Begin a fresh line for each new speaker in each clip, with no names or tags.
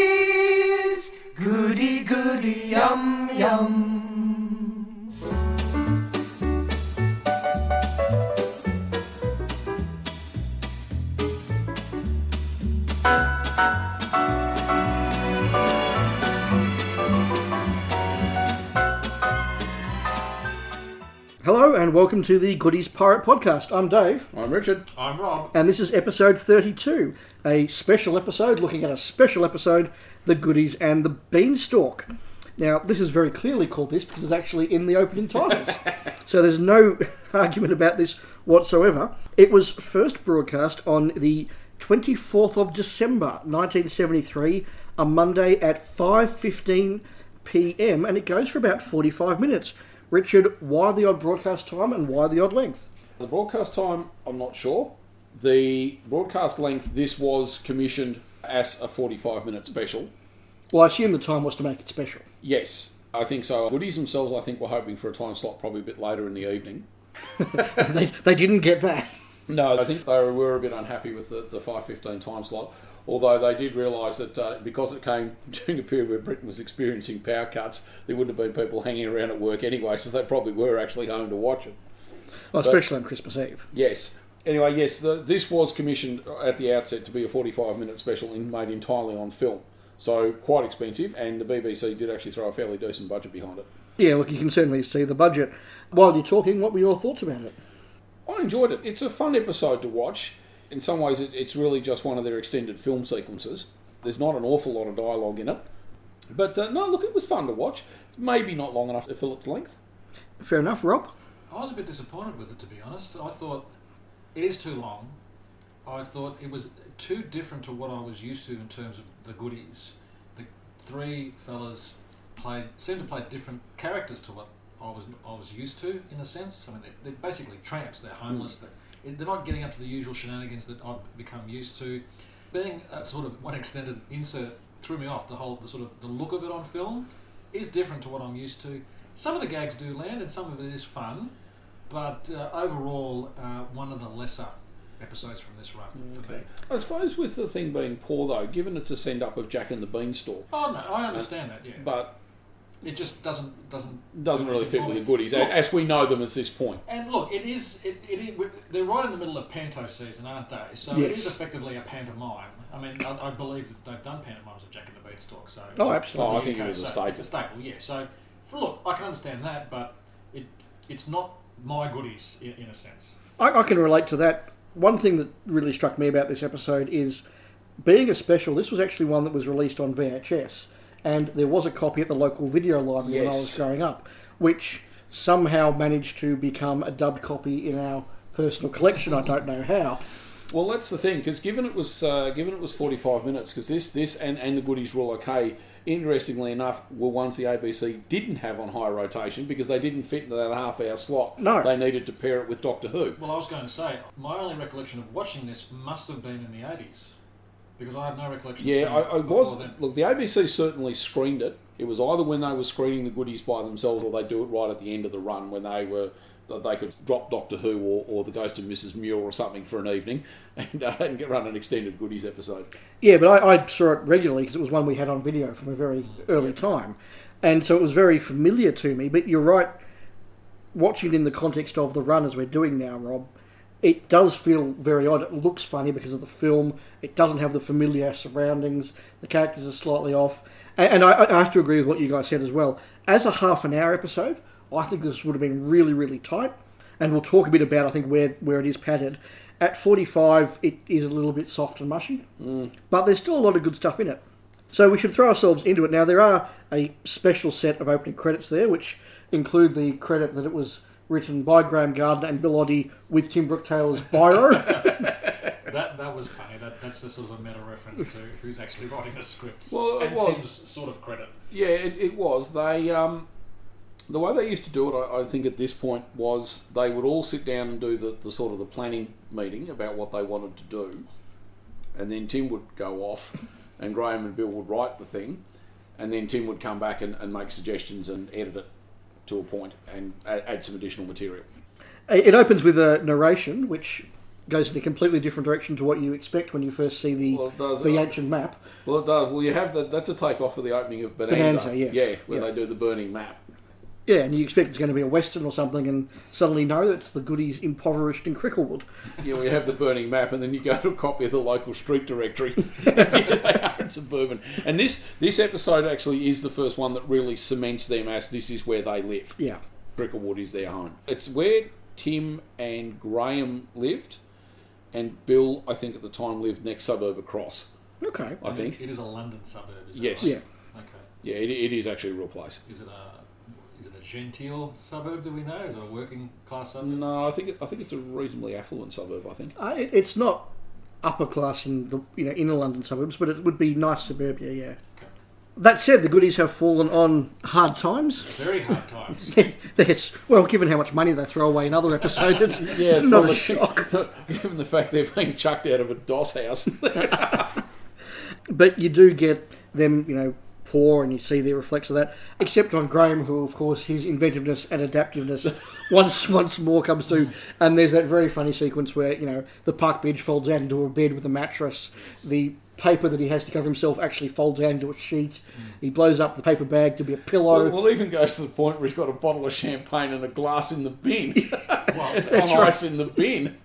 Goodies, goody, goody, yum, yum.
Hello and welcome to the Goodies Pirate Podcast. I'm Dave,
I'm Richard.
I'm Rob.
and this is episode 32, a special episode looking at a special episode, The Goodies and the Beanstalk. Now, this is very clearly called this because it's actually in the opening titles. so there's no argument about this whatsoever. It was first broadcast on the 24th of December 1973, a Monday at 5:15 p.m. and it goes for about 45 minutes. Richard, why the odd broadcast time and why the odd length?
The broadcast time, I'm not sure. The broadcast length, this was commissioned as a 45 minute special.
Well, I assume the time was to make it special.
Yes, I think so. Goodies themselves, I think, were hoping for a time slot probably a bit later in the evening.
they, they didn't get that.
No, I think they were a bit unhappy with the, the 5.15 time slot, although they did realise that uh, because it came during a period where Britain was experiencing power cuts, there wouldn't have been people hanging around at work anyway, so they probably were actually home to watch it.
Well, especially on Christmas Eve.
Yes. Anyway, yes, the, this was commissioned at the outset to be a 45 minute special in, made entirely on film. So quite expensive, and the BBC did actually throw a fairly decent budget behind it.
Yeah, look, you can certainly see the budget. While you're talking, what were your thoughts about it?
I enjoyed it. It's a fun episode to watch. In some ways, it, it's really just one of their extended film sequences. There's not an awful lot of dialogue in it. But uh, no, look, it was fun to watch. It's maybe not long enough to fill its length.
Fair enough, Rob.
I was a bit disappointed with it, to be honest. I thought it is too long. I thought it was too different to what I was used to in terms of the goodies. The three fellas played seemed to play different characters to what I was I was used to in a sense. I mean, they're, they're basically tramps. They're homeless. They're, they're not getting up to the usual shenanigans that I've become used to. Being a sort of one extended insert threw me off. The whole the sort of the look of it on film is different to what I'm used to. Some of the gags do land, and some of it is fun. But uh, overall, uh, one of the lesser episodes from this run for me.
I suppose with the thing being poor, though, given it's a send up of Jack and the Beanstalk,
Oh no, I understand that. Yeah,
but
it just doesn't doesn't
doesn't really fit with the goodies eh?
Look,
as we know them at this point.
And look, it is it, it, is- we- they're right in the middle of panto season, aren't they? So it
Yes.
is effectively a pantomime. I mean, I, I believe that they've done pantomimes of Jack and the Beanstalk. So
Oh, absolutely.
Oh, I think it
Okay,
was a
so
staple.
It's a staple, yeah. So f- look, I can understand that, but it it's not my goodies in, in a sense.
I, I can relate to that. One thing that really struck me about this episode is being a special, this was actually one that was released on VHS, and there was a copy at the local video library when I
Yes.
was growing up, which somehow managed to become a dubbed copy in our personal collection. I don't know how.
Well, that's the thing because given it was uh, given it was forty five minutes because this this and, and the goodies were all okay. Interestingly enough, were ones the ABC didn't have on high rotation because they didn't fit into that half hour slot.
No.
they needed to pair it with Doctor Who.
Well, I was going to say my only recollection of watching this must have been in the eighties, because I have no recollection. of
Yeah,
seeing
I,
it
I
before
was
then.
look. The ABC certainly screened it. It was either when they were screening the goodies by themselves, or they do it right at the end of the run when they were that they could drop Doctor Who or, or the Ghost of Mrs Muir or something for an evening and, uh, and get run an extended goodies episode.
Yeah, but I, I saw it regularly because it was one we had on video from a very early time. And so it was very familiar to me. But you're right, watching it in the context of the run as we're doing now, Rob, it does feel very odd. It looks funny because of the film, it doesn't have the familiar surroundings, the characters are slightly off. And, and I, I have to agree with what you guys said as well. As a half an hour episode, I think this would have been really, really tight. And we'll talk a bit about, I think, where, where it is padded. At 45, it is a little bit soft and mushy but there's still a lot of good stuff in it. So we should throw ourselves into it. Now there are a special set of opening credits there, which include the credit that it was written by Graham Gardner and Bill Oddie with Tim Brooktail's biro.
That that was funny. That that's a sort of a meta reference to who's actually writing the scripts.
Well, it
and
was.
Tim's sort of credit.
Yeah, it, it was. They um, the way they used to do it, I, I think at this point was they would all sit down and do the, the sort of the planning meeting about what they wanted to do, and then Tim would go off, and Graham and Bill would write the thing, and then Tim would come back and, and make suggestions and edit it to a point and add, add some additional material.
it opens with a narration, which goes in a completely different direction to what you expect when you first see the
Well, it does.
the ancient map.
Well, it does. Well, you have that. That's a takeoff of the opening of Bonanza.
Bonanza, yes.
Yeah, where
Yeah.
they do the burning map.
Yeah, and you expect it's going to be a western or something, and suddenly no, it's the goodies impoverished in Cricklewood.
Yeah, we have the burning map, and then you go to a copy of the local street directory. Here they are in suburban, and this this episode actually is the first one that really cements them as this is where they live.
Yeah,
Bricklewood is their home. It's where Tim and Graham lived, and Bill, I think at the time, lived next suburb across.
okay,
I think.
it is a London suburb. Is it
Yes.
yeah.
Right? Okay.
Yeah, it, it is actually a real place.
Is it a is it a genteel suburb? Do we know? Is it a working class suburb?
No, I think it, I think it's a reasonably affluent suburb. I think.
Uh, it, it's not upper class in the you know inner London suburbs, but it would be nice suburbia. Yeah.
Okay.
That said, the goodies have fallen on hard times.
Very hard times.
There's, well, given how much money they throw away in other episodes, it's,
Yeah,
it's not a
probably-
shock.
Given the fact they're being chucked out of a DOS house.
But you do get them, you know, poor, and you see the reflex of that. Except on Graham, who, of course, his inventiveness and adaptiveness once once more comes through. And there's that very funny sequence where you know the park bench folds out into a bed with a mattress. The paper that he has to cover himself actually folds out into a sheet. He blows up the paper bag to be a pillow.
well, well, even goes to the point where he's got a bottle of champagne and a glass in the bin,
well,
on ice in the bin.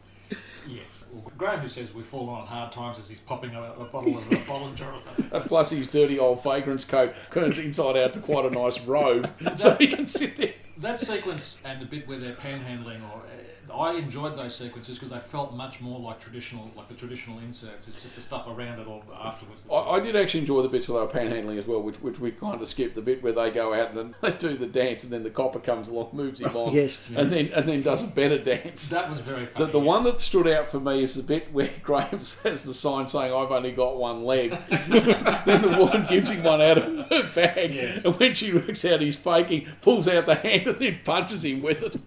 yes. Well, Graham, who says we've fallen on hard times, as he's popping a, a bottle of a Bollinger or something.
And plus, his dirty old vagrant's coat turns inside out to quite a nice robe, so he can sit there.
That sequence and the bit where they're panhandling, or uh, I enjoyed those sequences because they felt much more like traditional, like the traditional inserts. It's just the stuff around it all afterwards. that's-
I, I did actually enjoy the bits where they were panhandling as well, which, which we kind of skipped the bit where they go out and they do the dance, and then the copper comes along, moves him on,
yes.
and then and then does a better dance.
that was very funny.
The, the
yes.
one that stood out for me is the bit where Graham says the sign saying, I've only got one leg. then the woman gives him one out of her bag.
Yes.
And when she works out he's faking, pulls out the hand and then punches him with it.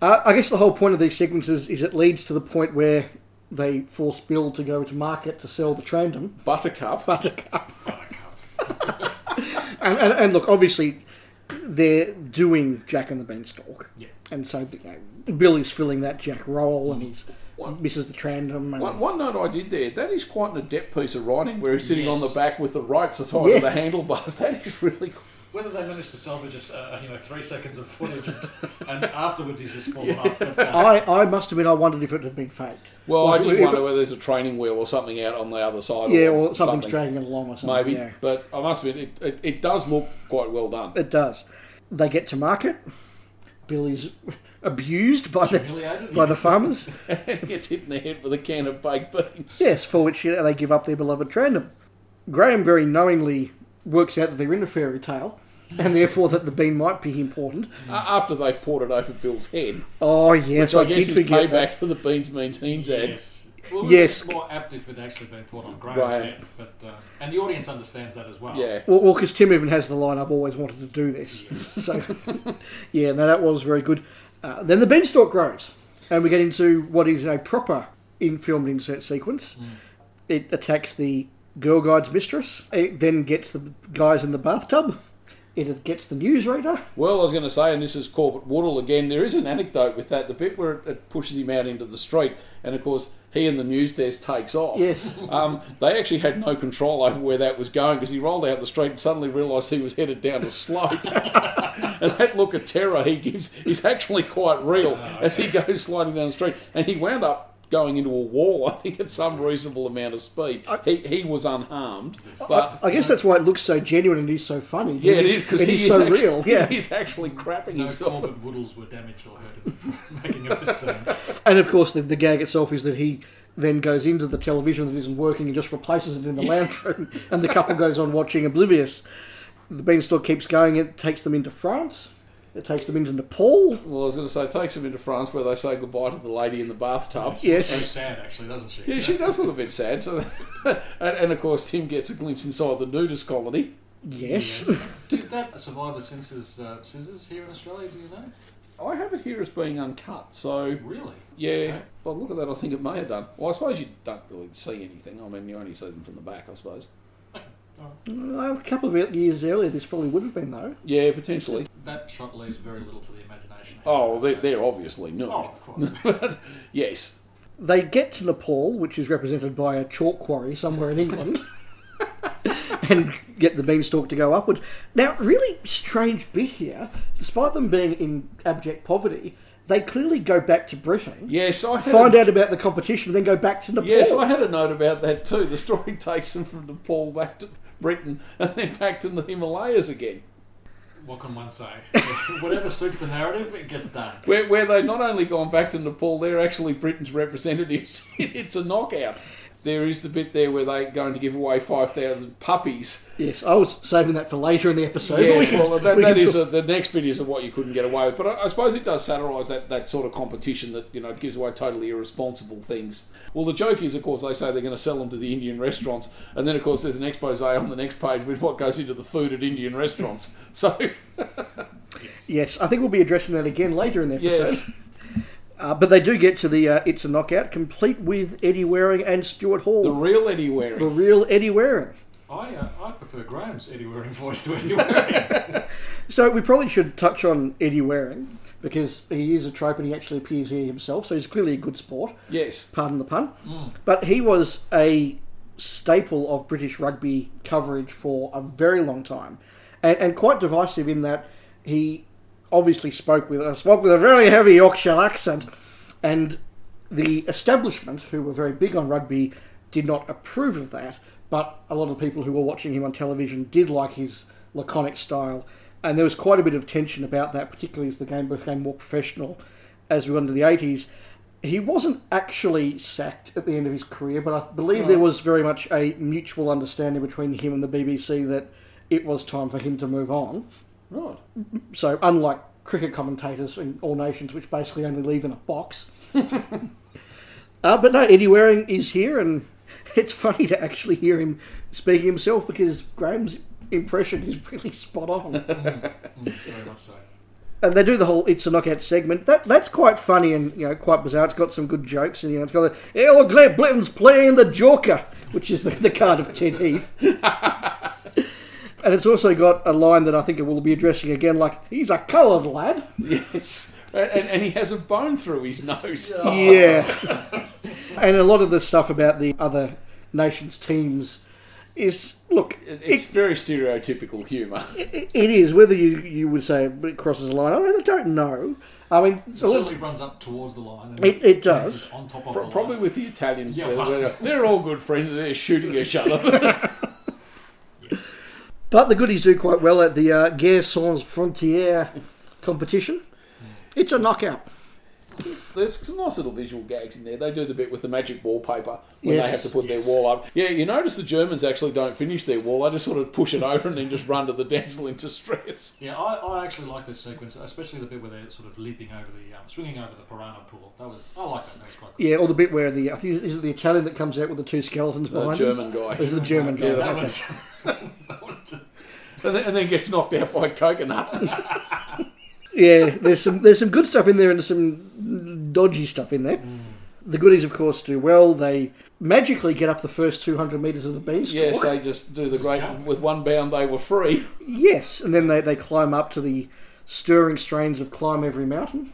Uh, I guess the whole point of these sequences is it leads to the point where they force Bill to go to market to sell the trandom
Buttercup.
buttercup.
Buttercup.
And, and, and look, obviously, they're doing Jack and the Beanstalk.
Yeah.
And so you know, Bill is filling that Jack role and he's
One-
misses the trandom. And,
One, one note I did there, that is quite an adept piece of writing where he's sitting
Yes.
on the back with the ropes tied to the
Yes.
handlebars. That is really cool.
Whether they managed to salvage just uh, you know three seconds of footage, and, and afterwards he's just fallen off. But, uh,
I, I must admit, I wondered if it had been faked.
Well,
Like,
I did
it-
wonder whether there's a training wheel or something out on the other side.
Yeah, or something's
Oh, something,
dragging it along or something.
Maybe.
yeah.
But I must admit, it, it, it does look quite well done.
It does. They get to market. Bill is abused by the,
humiliated.
by the
yes.
farmers.
and gets hit in the head with a can of baked beans.
Yes, for which uh, they give up their beloved Trandom. Graham very knowingly works out that they're in a fairy tale, and therefore that the bean might be important.
A- After they've poured it over Bill's head.
Oh yes,
So I
I
guess
did
his
forget
payback
that.
for the beans means heens ad.
Yes. Well,
Yes.
yes. More apt if it actually been put on Graham's
Right.
head, but uh, and the audience understands that as well.
Yeah.
Well, because Tim even has the line, "I've always wanted to do this." So, yeah, no, that was very good. Uh, then the beanstalk grows, and we get into what is a proper in-film insert sequence.
Hmm.
It attacks the girl guide's mistress. It then gets the guys in the bathtub. It gets the newsreader.
Well, I was going to say, and this is Corbett Woodall again, there is an anecdote with that, the bit where it, it pushes him out into the street, and of course, he and the news desk takes off.
Yes.
Um, they actually had no control over where that was going because he rolled out the street and suddenly realised he was headed down a slope. and that look of terror he gives is actually quite real as he goes sliding down the street. And he wound up going into a wall, I think, at some reasonable amount of speed. he, he was unharmed, but.
I guess that's why it looks so genuine and is so funny.
yeah, it is because
it
he
is so
actually,
real. Yeah,
he's actually crapping
No
himself.
Corbett Woodalls were damaged or hurt in the making of this scene.
and of course the, the gag itself is that he then goes into the television that isn't working and just replaces it in the lounge room, and the couple goes on watching Oblivious. The beanstalk keeps going. It takes them into France. It takes them into Nepal.
Well, I was going to say, takes him into France where they say goodbye to the lady in the bathtub.
She
Yes.
looks So sad, actually, doesn't she?
Yeah, she does look a bit sad. So, and, and of course, Tim gets a glimpse inside the nudist colony.
Yes.
Did that survive the censors, uh, scissors here in Australia? Do you know?
I have it here as being uncut. So,
Really?
yeah, by the look at that, I think it may have done. Well, I suppose you don't really see anything. I mean, you only see them from the back, I suppose.
Uh, A couple of years earlier, this probably would have been though.
Yeah, potentially.
That shot
Oh,
leaves very little to the imagination.
Oh, well, they're,
So-
they're obviously nude.
Oh, of course.
but yes,
They get to Nepal, which is represented by a chalk quarry somewhere in England, and get the beanstalk to go upwards. Now, really strange bit here. Despite them being in abject poverty, they clearly go back to Britain,
Yes, I had
find
a,
out about the competition, then go back to Nepal.
Yes, I had a note about that too. The story takes them from Nepal back to Britain and then back to the Himalayas again,
What can one say? Whatever suits the narrative, it gets done.
where, where they've not only gone back to Nepal, they're actually Britain's representatives. it's a knockout. There is the bit there where they're going to give away 5,000 puppies.
Yes, I was saving that for later in the episode. but we
Yes,
can-
well, that,
we
that
can
is
talk-
a, the next bit is of what you couldn't get away with. But I, I suppose it does satirise that, that sort of competition that you know gives away totally irresponsible things. Well, the joke is, of course, they say they're going to sell them to the Indian restaurants, and then of course there's an expose on the next page with what goes into the food at Indian restaurants. So
Yes, I think we'll be addressing that again later in the episode.
yes,
Uh, but they do get to the uh, It's a Knockout, complete with Eddie Waring and Stuart Hall.
the real Eddie
the
Waring.
real Eddie Waring.
I uh, I prefer Graham's Eddie Waring voice to Eddie Waring.
So we probably should touch on Eddie Waring because he is a trope and he actually appears here himself, so he's clearly a good sport.
Yes,
Pardon the pun. But he was a staple of British rugby coverage for a very long time, and, and quite divisive in that he obviously spoke with uh, spoke with a very heavy Yorkshire accent, and the establishment, who were very big on rugby, did not approve of that. But a lot of the people who were watching him on television did like his laconic style, and there was quite a bit of tension about that, particularly as the game became more professional as we went into the 80s. He wasn't actually sacked at the end of his career, but I believe there was very much a mutual understanding between him and the BBC that it was time for him to move on.
right.
So, unlike cricket commentators in all nations, which basically only leave in a box. uh, but no, Eddie Waring is here, and it's funny to actually hear him speaking himself because Graham's impression is really spot on.
Mm, very much so.
and they do the whole "It's a Knockout" segment. That that's quite funny and you know quite bizarre. It's got some good jokes, and you know it's got the "Hey, look, Glad Blinton's playing the Joker," which is the, the card of Ted Heath. And it's also got a line that I think it will be addressing again, like he's a coloured lad.
Yes, and, and and he has a bone through his nose.
Yeah. and a lot of the stuff about the other nations' teams is look,
It- It's very stereotypical humour.
it, it is whether you you would say it crosses a line. I don't know. I mean, it's a lot-
Certainly runs up towards the line. and
It- it
dances
does.
On top of
Pro-
the
Probably
line.
with the Italians,
Yeah,
where
well.
they're, they're all good friends and they're shooting each other.
But the goodies do quite well at the uh, Guerre Sans Frontières competition. It's a knockout.
There's some nice little visual gags in there. They do the bit with the magic wallpaper when
Yes.
they have to put their wall up. Yeah, you notice the Germans actually don't finish their wall. They just sort of push it over and then just run to the damsel in distress.
Yeah, I, I actually like this sequence, especially the bit where they're sort of leaping over the, um, swinging over the piranha pool. That was, I like that. That was quite cool.
Yeah, or the bit where the I think is it the Italian that comes out with the two skeletons
The
behind. him?
German guy.
Is it the German guy?
Yeah, that
That
Okay.
was, that was just,
And then, and then gets knocked out by a coconut.
Yeah, there's some there's some good stuff in there and some dodgy stuff in there.
Mm.
The goodies, of course, do well. They magically get up the first 200 meters of the beanstalk.
yes, they just do the great.
jump.
With one bound, they were free.
Yes, and then they, they climb up to the stirring strains of climb every mountain,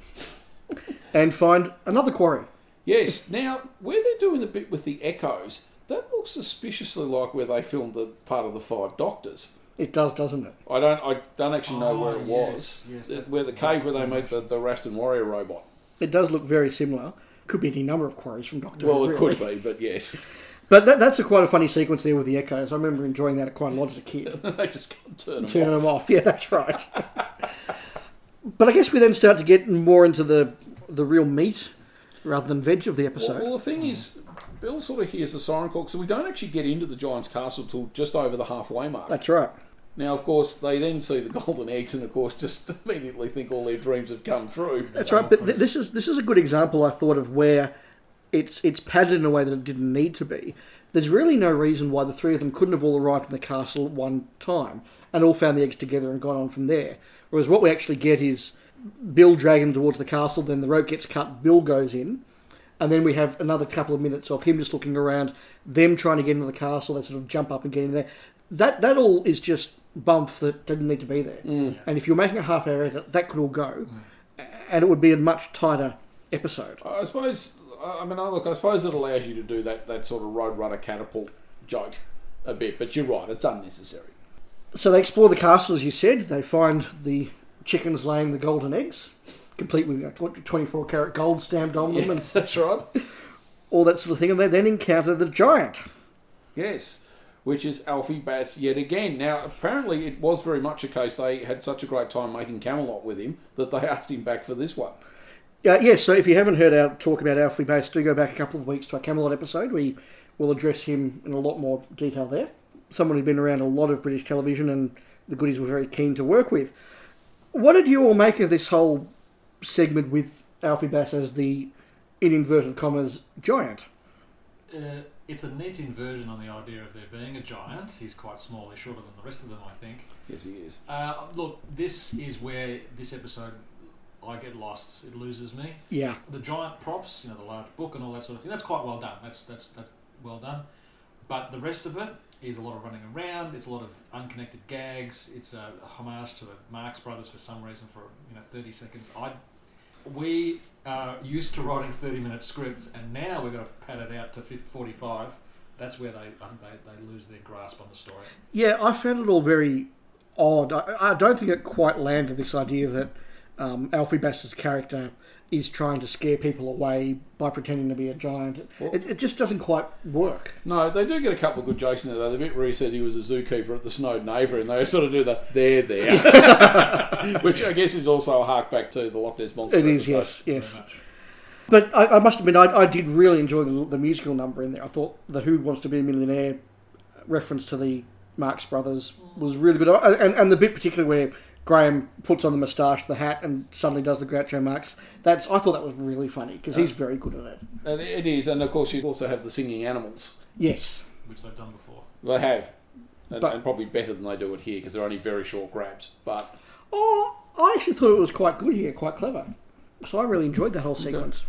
and find another quarry.
Yes. Now, where they're doing the bit with the echoes, that looks suspiciously like where they filmed the part of the Five Doctors.
It does, doesn't it?
I don't. I don't actually know where it
Oh, yes,
was.
yes,
The-
that-
where the cave where they meet the, the Rastan warrior robot.
It does look very similar. Could be any number of quarries from Doctor Who.
Well, it
really.
could be, but yes,
But that, that's a quite a funny sequence there with the echoes. I remember enjoying that quite a lot as a kid.
they just can't turn them
Turning
off.
them off. Yeah, that's right. but I guess we then start to get more into the the real meat rather than veg of the
Well,
episode.
well, the thing is, Bill sort of hears the siren call, so we don't actually get into the Giant's castle till just over the halfway mark.
That's right.
Now, of course, they then see the golden eggs, and of course, just immediately think all their dreams have come true.
That's right. But th- this is this is a good example I thought of where it's it's padded in a way that it didn't need to be. There's really no reason why the three of them couldn't have all arrived in the castle at one time and all found the eggs together and gone on from there. Whereas what we actually get is Bill dragging towards the castle, then the rope gets cut, Bill goes in, and then we have another couple of minutes of him just looking around, them trying to get into the castle, they sort of jump up and get in there. That that all is just bump that didn't need to be there. And if you're making a half hour edit, that could all go, and it would be a much tighter episode.
I suppose I I mean, I- look, I suppose it allows you to do that, that sort of Roadrunner catapult joke a bit, but you're right, it's unnecessary.
So they explore the castle, as you said. They find the chickens laying the golden eggs, complete with you know, tw- 24 karat gold stamped on them and
that's right.
all that sort of thing. And they then encounter the giant.
Yes, which is Alfie Bass yet again. Now, apparently, it was very much a case they had such a great time making Camelot with him that they asked him back for this one.
Uh, yes, so if you haven't heard our talk about Alfie Bass, do go back a couple of weeks to our Camelot episode. We will address him in a lot more detail there. Someone who'd been around a lot of British television and the goodies were very keen to work with. What did you all make of this whole segment with Alfie Bass as the, in inverted commas, giant?
Uh, it's a neat inversion on the idea of there being a giant. He's quite small. He's shorter than the rest of them, I think.
Yes, he is.
Uh, look, this is where this episode I get lost. It loses me.
Yeah.
the giant props, you know, the large book and all that sort of thing. That's quite well done. That's that's that's well done. But the rest of it is a lot of running around. It's a lot of unconnected gags. It's a homage to the Marx Brothers for some reason for you know thirty seconds. I we are used to writing thirty minute scripts, and now we're going to pad it out to forty five. That's where they, I think they they lose their grasp on the story.
Yeah, I found it all very odd. I, I don't think it quite landed this idea that um, Alfie Bass's character is trying to scare people away by pretending to be a giant.
Well-
it, it just doesn't quite work.
No, they do get a couple of good jokes in there, though. The bit where he said he was a zookeeper at the Snowden Aviary, and they sort of do the there, there, which I guess is also a hark back to the Loch Ness Monster.
It is,
episode.
yes, yes.
Very much.
But I, I must admit, I, I did really enjoy the, the musical number in there. I thought the Who Wants to Be a Millionaire reference to the Marx Brothers was really good. I- And, and the bit particularly where Graham puts on the moustache, the hat, and suddenly does the Groucho Marx, that's, I thought that was really funny because
Oh.
he's very good at it.
And it is, and of course, you also have the singing animals.
Yes.
Which they've done before.
They have. And,
But-
and probably better than they do it here because they're only very short grabs. But
Oh, I actually thought it was quite good here, quite clever. So I really enjoyed the whole sequence.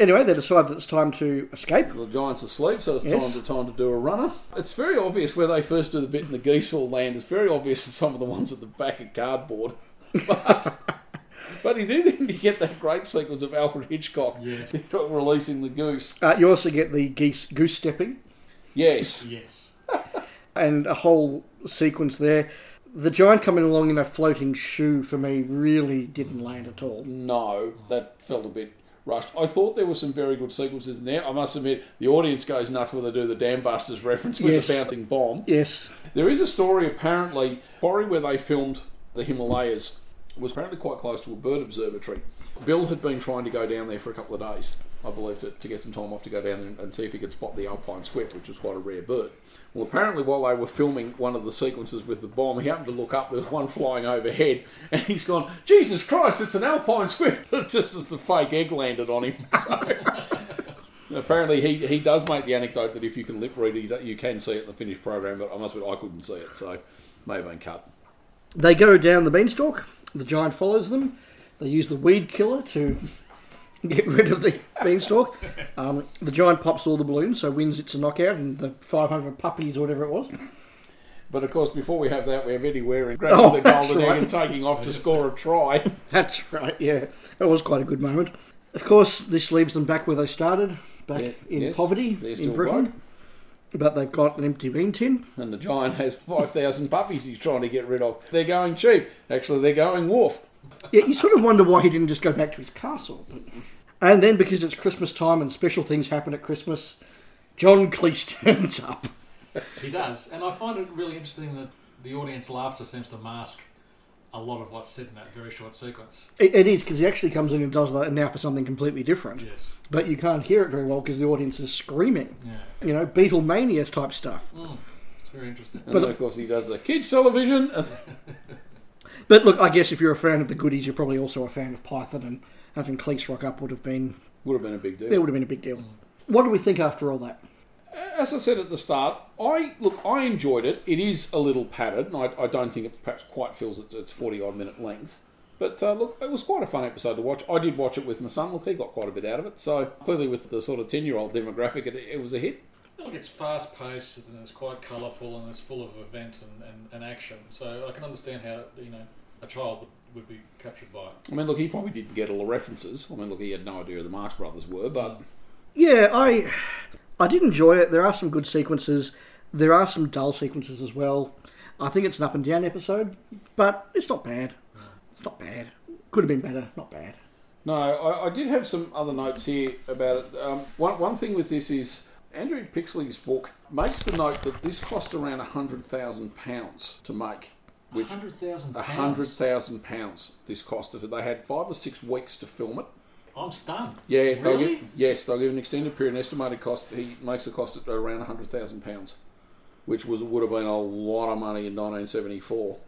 Anyway, they decide that it's time to escape.
the giant's asleep, so it's
Yes.
time to time to do a runner. It's very obvious where they first do the bit in the geese all land. It's very obvious in some of the ones at the back of cardboard. But but he did then you get that great sequence of Alfred Hitchcock
Yes.
Hitchcock releasing the goose.
Uh, you also get the geese goose stepping
Yes,
Yes.
and a whole sequence there. The giant coming along in a floating shoe for me really didn't land at all.
no, that felt a bit rushed. I thought there were some very good sequences in there. I must admit, the audience goes nuts when they do the Dam Busters reference with
Yes.
the bouncing bomb.
Yes.
There is a story apparently, quarry where they filmed the Himalayas was apparently quite close to a bird observatory. Bill had been trying to go down there for a couple of days, I believe, to, to get some time off to go down there and, and see if he could spot the alpine swift, which was quite a rare bird. Well, apparently, while they were filming one of the sequences with the bomb, he happened to look up. There was one flying overhead, and he's gone, Jesus Christ, it's an alpine swift! Just as the fake egg landed on him. So. Apparently, he, he does make the anecdote that if you can lip read it, that you can see it in the finished program, but I must admit, I couldn't see it, so may have been cut.
They go down the beanstalk. The giant follows them. They use the weed killer to get rid of the beanstalk. Um, the giant pops all the balloons, so wins it's a knockout, and the 500 puppies or whatever it was.
But of course, before we have that, we have Eddie Waring grabbing
Oh,
the
that's
golden
right.
egg and taking off to score a try.
That's right, yeah. That was quite a good moment. Of course, this leaves them back where they started, back
Yeah,
in
yes,
poverty
they're
in
still
Britain. But they've got an empty bean tin.
And the giant has 5,000 puppies he's trying to get rid of. They're going cheap. Actually, they're going wharf.
Yeah, you sort of wonder why he didn't just go back to his castle. But... And then, because it's Christmas time and special things happen at Christmas, John Cleese turns up.
He does, and I find it really interesting that the audience laughter seems to mask a lot of what's said in that very short sequence.
It, it is because he actually comes in and does that now for something completely different.
Yes.
But you can't hear it very well because the audience is screaming.
Yeah.
You know, Beatlemania type stuff.
Mm. It's very interesting.
And
But-
then, of course, he does the kids' television. And
But look, I guess if you're a fan of the goodies, you're probably also a fan of Python, and having Cleese rock up would have been
would have been a big deal.
It would have been a big deal. What do we think after all that?
as I said at the start, I look, I enjoyed it. It is a little padded, and I, I don't think it perhaps quite fills its, its forty odd minute length. But uh, look, it was quite a fun episode to watch. I did watch it with my son. Look, he got quite a bit out of it. So clearly, with the sort of ten year old demographic, it, it was a hit.
Look, it's fast paced and it's quite colourful and it's full of event and, and, and action. So I can understand how you know a child would, would be captured by.
I mean, look, he probably didn't get all the references. I mean, look, he had no idea who the Marx Brothers were, but
Yeah, I I did enjoy it. There are some good sequences. There are some dull sequences as well. I think it's an up and down episode, but it's not bad. It's not bad. Could have been better. Not bad.
No, I, I did have some other notes here about it. Um, one, one thing with this is Andrew Pixley's book makes the note that this cost around £100,000 to make, which
Hundred thousand pounds.
£100,000 this cost. If They had five or six weeks to film it.
I'm stunned.
Yeah, they'll
Really?
give, yes, they'll give an extended period. An estimated cost, he makes the cost at around £100,000, which was would have been a lot of money in 1974.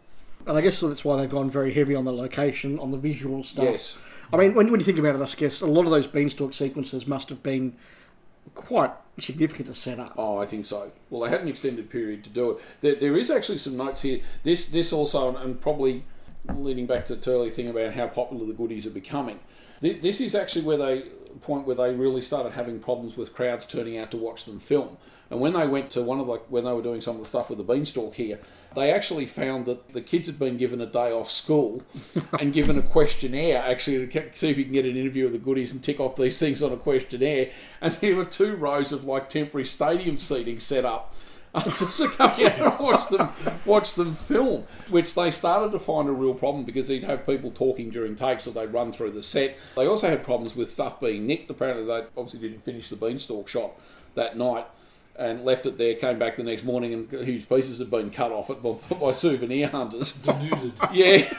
And I guess that's why they've gone very heavy on the location, on the visual stuff.
Yes.
I mean, when, when you think about it, I guess a lot of those beanstalk sequences must have been quite significant to set up.
Oh, I think so. Well, they had an extended period to do it. There, there is actually some notes here. This, this also, and- and probably leading back to the earlier thing about how popular the goodies are becoming. Thi- This is actually where they point where they really started having problems with crowds turning out to watch them film. And when they went to one of the when they were doing some of the stuff with the beanstalk here, they actually found that the kids had been given a day off school and given a questionnaire actually to ca- see if you can get an interview with the goodies and tick off these things on a questionnaire. And there were two rows of like temporary stadium seating set up just to come out and watch them watch them film, which they started to find a real problem because they'd have people talking during takes or they'd run through the set. They also had problems with stuff being nicked. Apparently, they obviously didn't finish the beanstalk shot that night and left it there. Came back the next morning and huge pieces had been cut off it by, by souvenir hunters.
Denuded.
Yeah,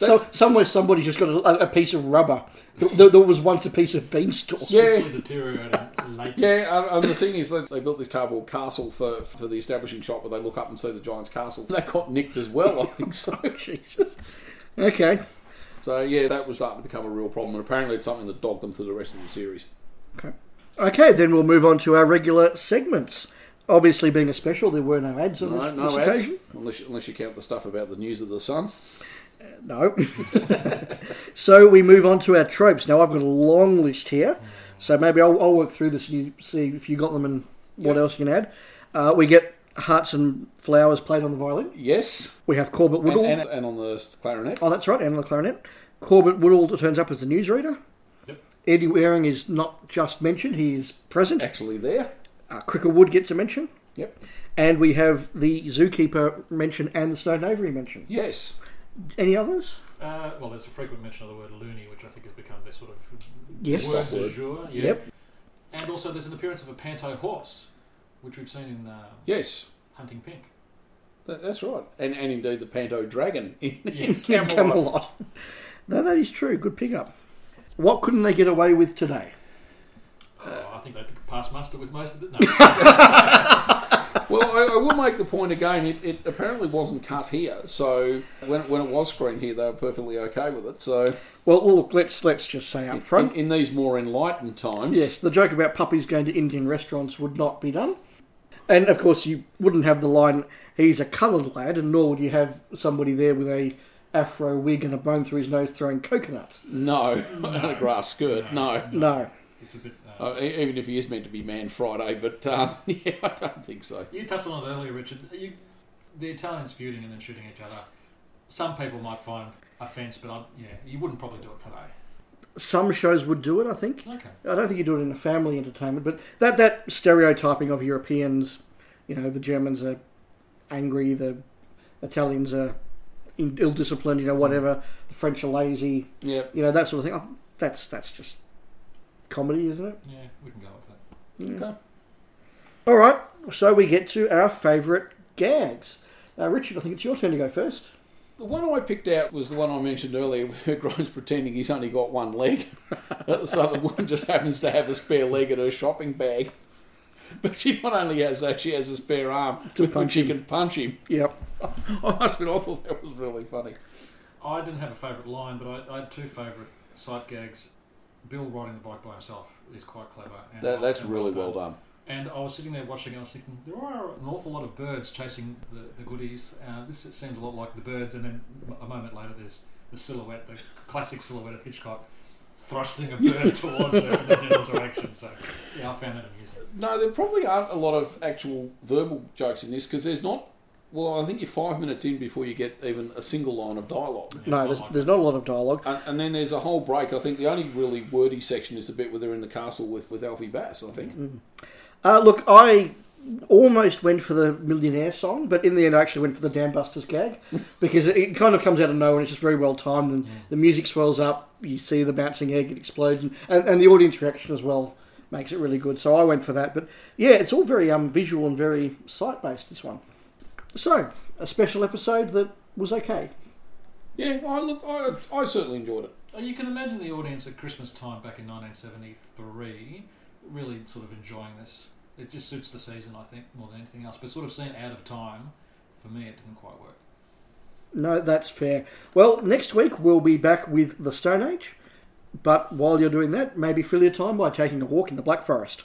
So somewhere, somebody's just got a, a piece of rubber. There, there was once a piece of beanstalk.
yeah.
Fully deteriorating latex.
Yeah, and, and the thing is, they, they built this cardboard castle for, for the establishing shot where they look up and see the giant's castle. That got nicked as well, I think so.
Jesus. Okay.
So yeah, that was starting to become a real problem, and apparently it's something that dogged them through the rest of the series.
Okay. Okay, then we'll move on to our regular segments. Obviously, being a special, there were no ads on
No,
this,
no
this
ads,
occasion.
unless unless you count the stuff about the news of the sun.
No. so we move on to our tropes. Now, I've got a long list here, so maybe I'll, I'll work through this and you see if you got them and what else you can add. Uh, we get hearts and flowers played on the violin.
Yes,
We have Corbett
and,
Woodall.
and, and on the clarinet.
Oh, that's right, and on the clarinet. Corbett Woodall turns up as the newsreader.
Yep.
Eddie Waring is not just mentioned, he is present.
Actually, there.
Uh, Cricker Wood gets a mention.
Yep.
And we have the zookeeper mention and the Stone Avery mention.
Yes.
Any others?
Uh, well, there's a frequent mention of the word loony, which I think has become their sort of
Yes.
word du jour. Yeah.
Yep.
And also, there's an appearance of a panto horse, which we've seen in uh,
Yes.
Hunting Pink.
That, that's right. And and indeed the panto dragon.
Yes.
Kim Camelot. No, that is true. Good pickup. What couldn't they get away with today?
Oh, I think they pass muster with most of it. No,
Well, I, I will make the point again. It, it apparently wasn't cut here, so when when it was screened here, they were perfectly okay with it. So
Well, look, let's let's just say up front.
in, in these more enlightened times,
Yes, the joke about puppies going to Indian restaurants would not be done. And of course, you wouldn't have the line "He's a coloured lad," and nor would you have somebody there with a afro wig and a bone through his nose throwing coconuts.
no, a grass skirt, no.
No.
it's a bit. Uh,
Uh, e- even if he is meant to be Man Friday, but uh, yeah, I don't think so.
You touched on it earlier, Richard. You, the Italians feuding and then shooting each other. Some people might find offence, but I, yeah, you wouldn't probably do it today.
Some shows would do it, I think.
Okay.
I don't think you do it in a family entertainment, but that that stereotyping of Europeans, you know, the Germans are angry, the Italians are in, ill-disciplined, you know, whatever. The French are lazy,
Yeah,
you know, that sort of thing. Oh, that's that's just comedy, isn't it?
Yeah, we can go with that.
okay.
All right, so we get to our favourite gags. Uh, Richard, I think it's your turn to go first.
The one I picked out was the one I mentioned earlier, where Grimes pretending he's only got one leg, so the woman just happens to have a spare leg in her shopping bag. But she not only has that, she has a spare arm with which
punch
she
him.
can punch him.
Yep.
I must admit, I thought that was really funny.
I didn't have a favourite line, but I, I had two favourite sight gags. Bill riding the bike by himself is quite clever. And
That, that's
and
really well done.
And I was sitting there watching, and I was thinking, there are an awful lot of birds chasing the, the goodies. Uh, this seems a lot like the birds. And then a moment later, there's the silhouette, the classic silhouette of Hitchcock, thrusting a bird towards them in the general direction. So, yeah, I found that amusing.
No, there probably aren't a lot of actual verbal jokes in this because there's not Well, I think you're five minutes in before you get even a single line of dialogue.
No, there's, there's not a lot of dialogue.
And, and then there's a whole break. I think the only really wordy section is the bit where they're in the castle with, with Alfie Bass, I think.
Uh, look, I almost went for the millionaire song, but in the end, I actually went for the Dam Busters gag because it, it kind of comes out of nowhere and it's just very well timed. And the music swells up, you see the bouncing egg, it explodes, and, and, and the audience reaction as well makes it really good. So I went for that. But yeah, it's all very um, visual and very sight based, this one. So, a special episode that was okay.
Yeah, I look, I, I certainly enjoyed it.
Uh, You can imagine the audience at Christmas time back in 1973 really sort of enjoying this. It just suits the season, I think, more than anything else. But sort of seen out of time, for me, it didn't quite work.
No, that's fair. Well, next week we'll be back with the Stone Age. But while you're doing that, maybe fill your time by taking a walk in the Black Forest.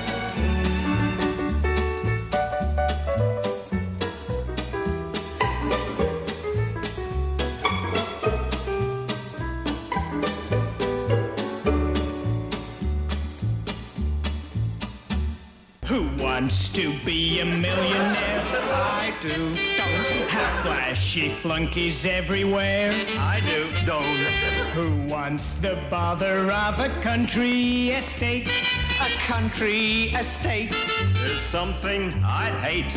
Who wants to be a millionaire? I do. Don't have flashy flunkies everywhere. I do. Don't. Who wants the bother of a country estate? A country estate is something I'd hate.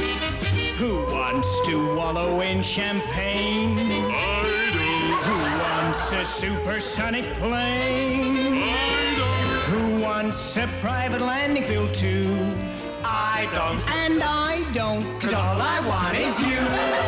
Who wants to wallow in champagne? I do. Who wants a supersonic plane? I don't. Who wants a private landing field too? I don't. And I don't. Cause all I want is you.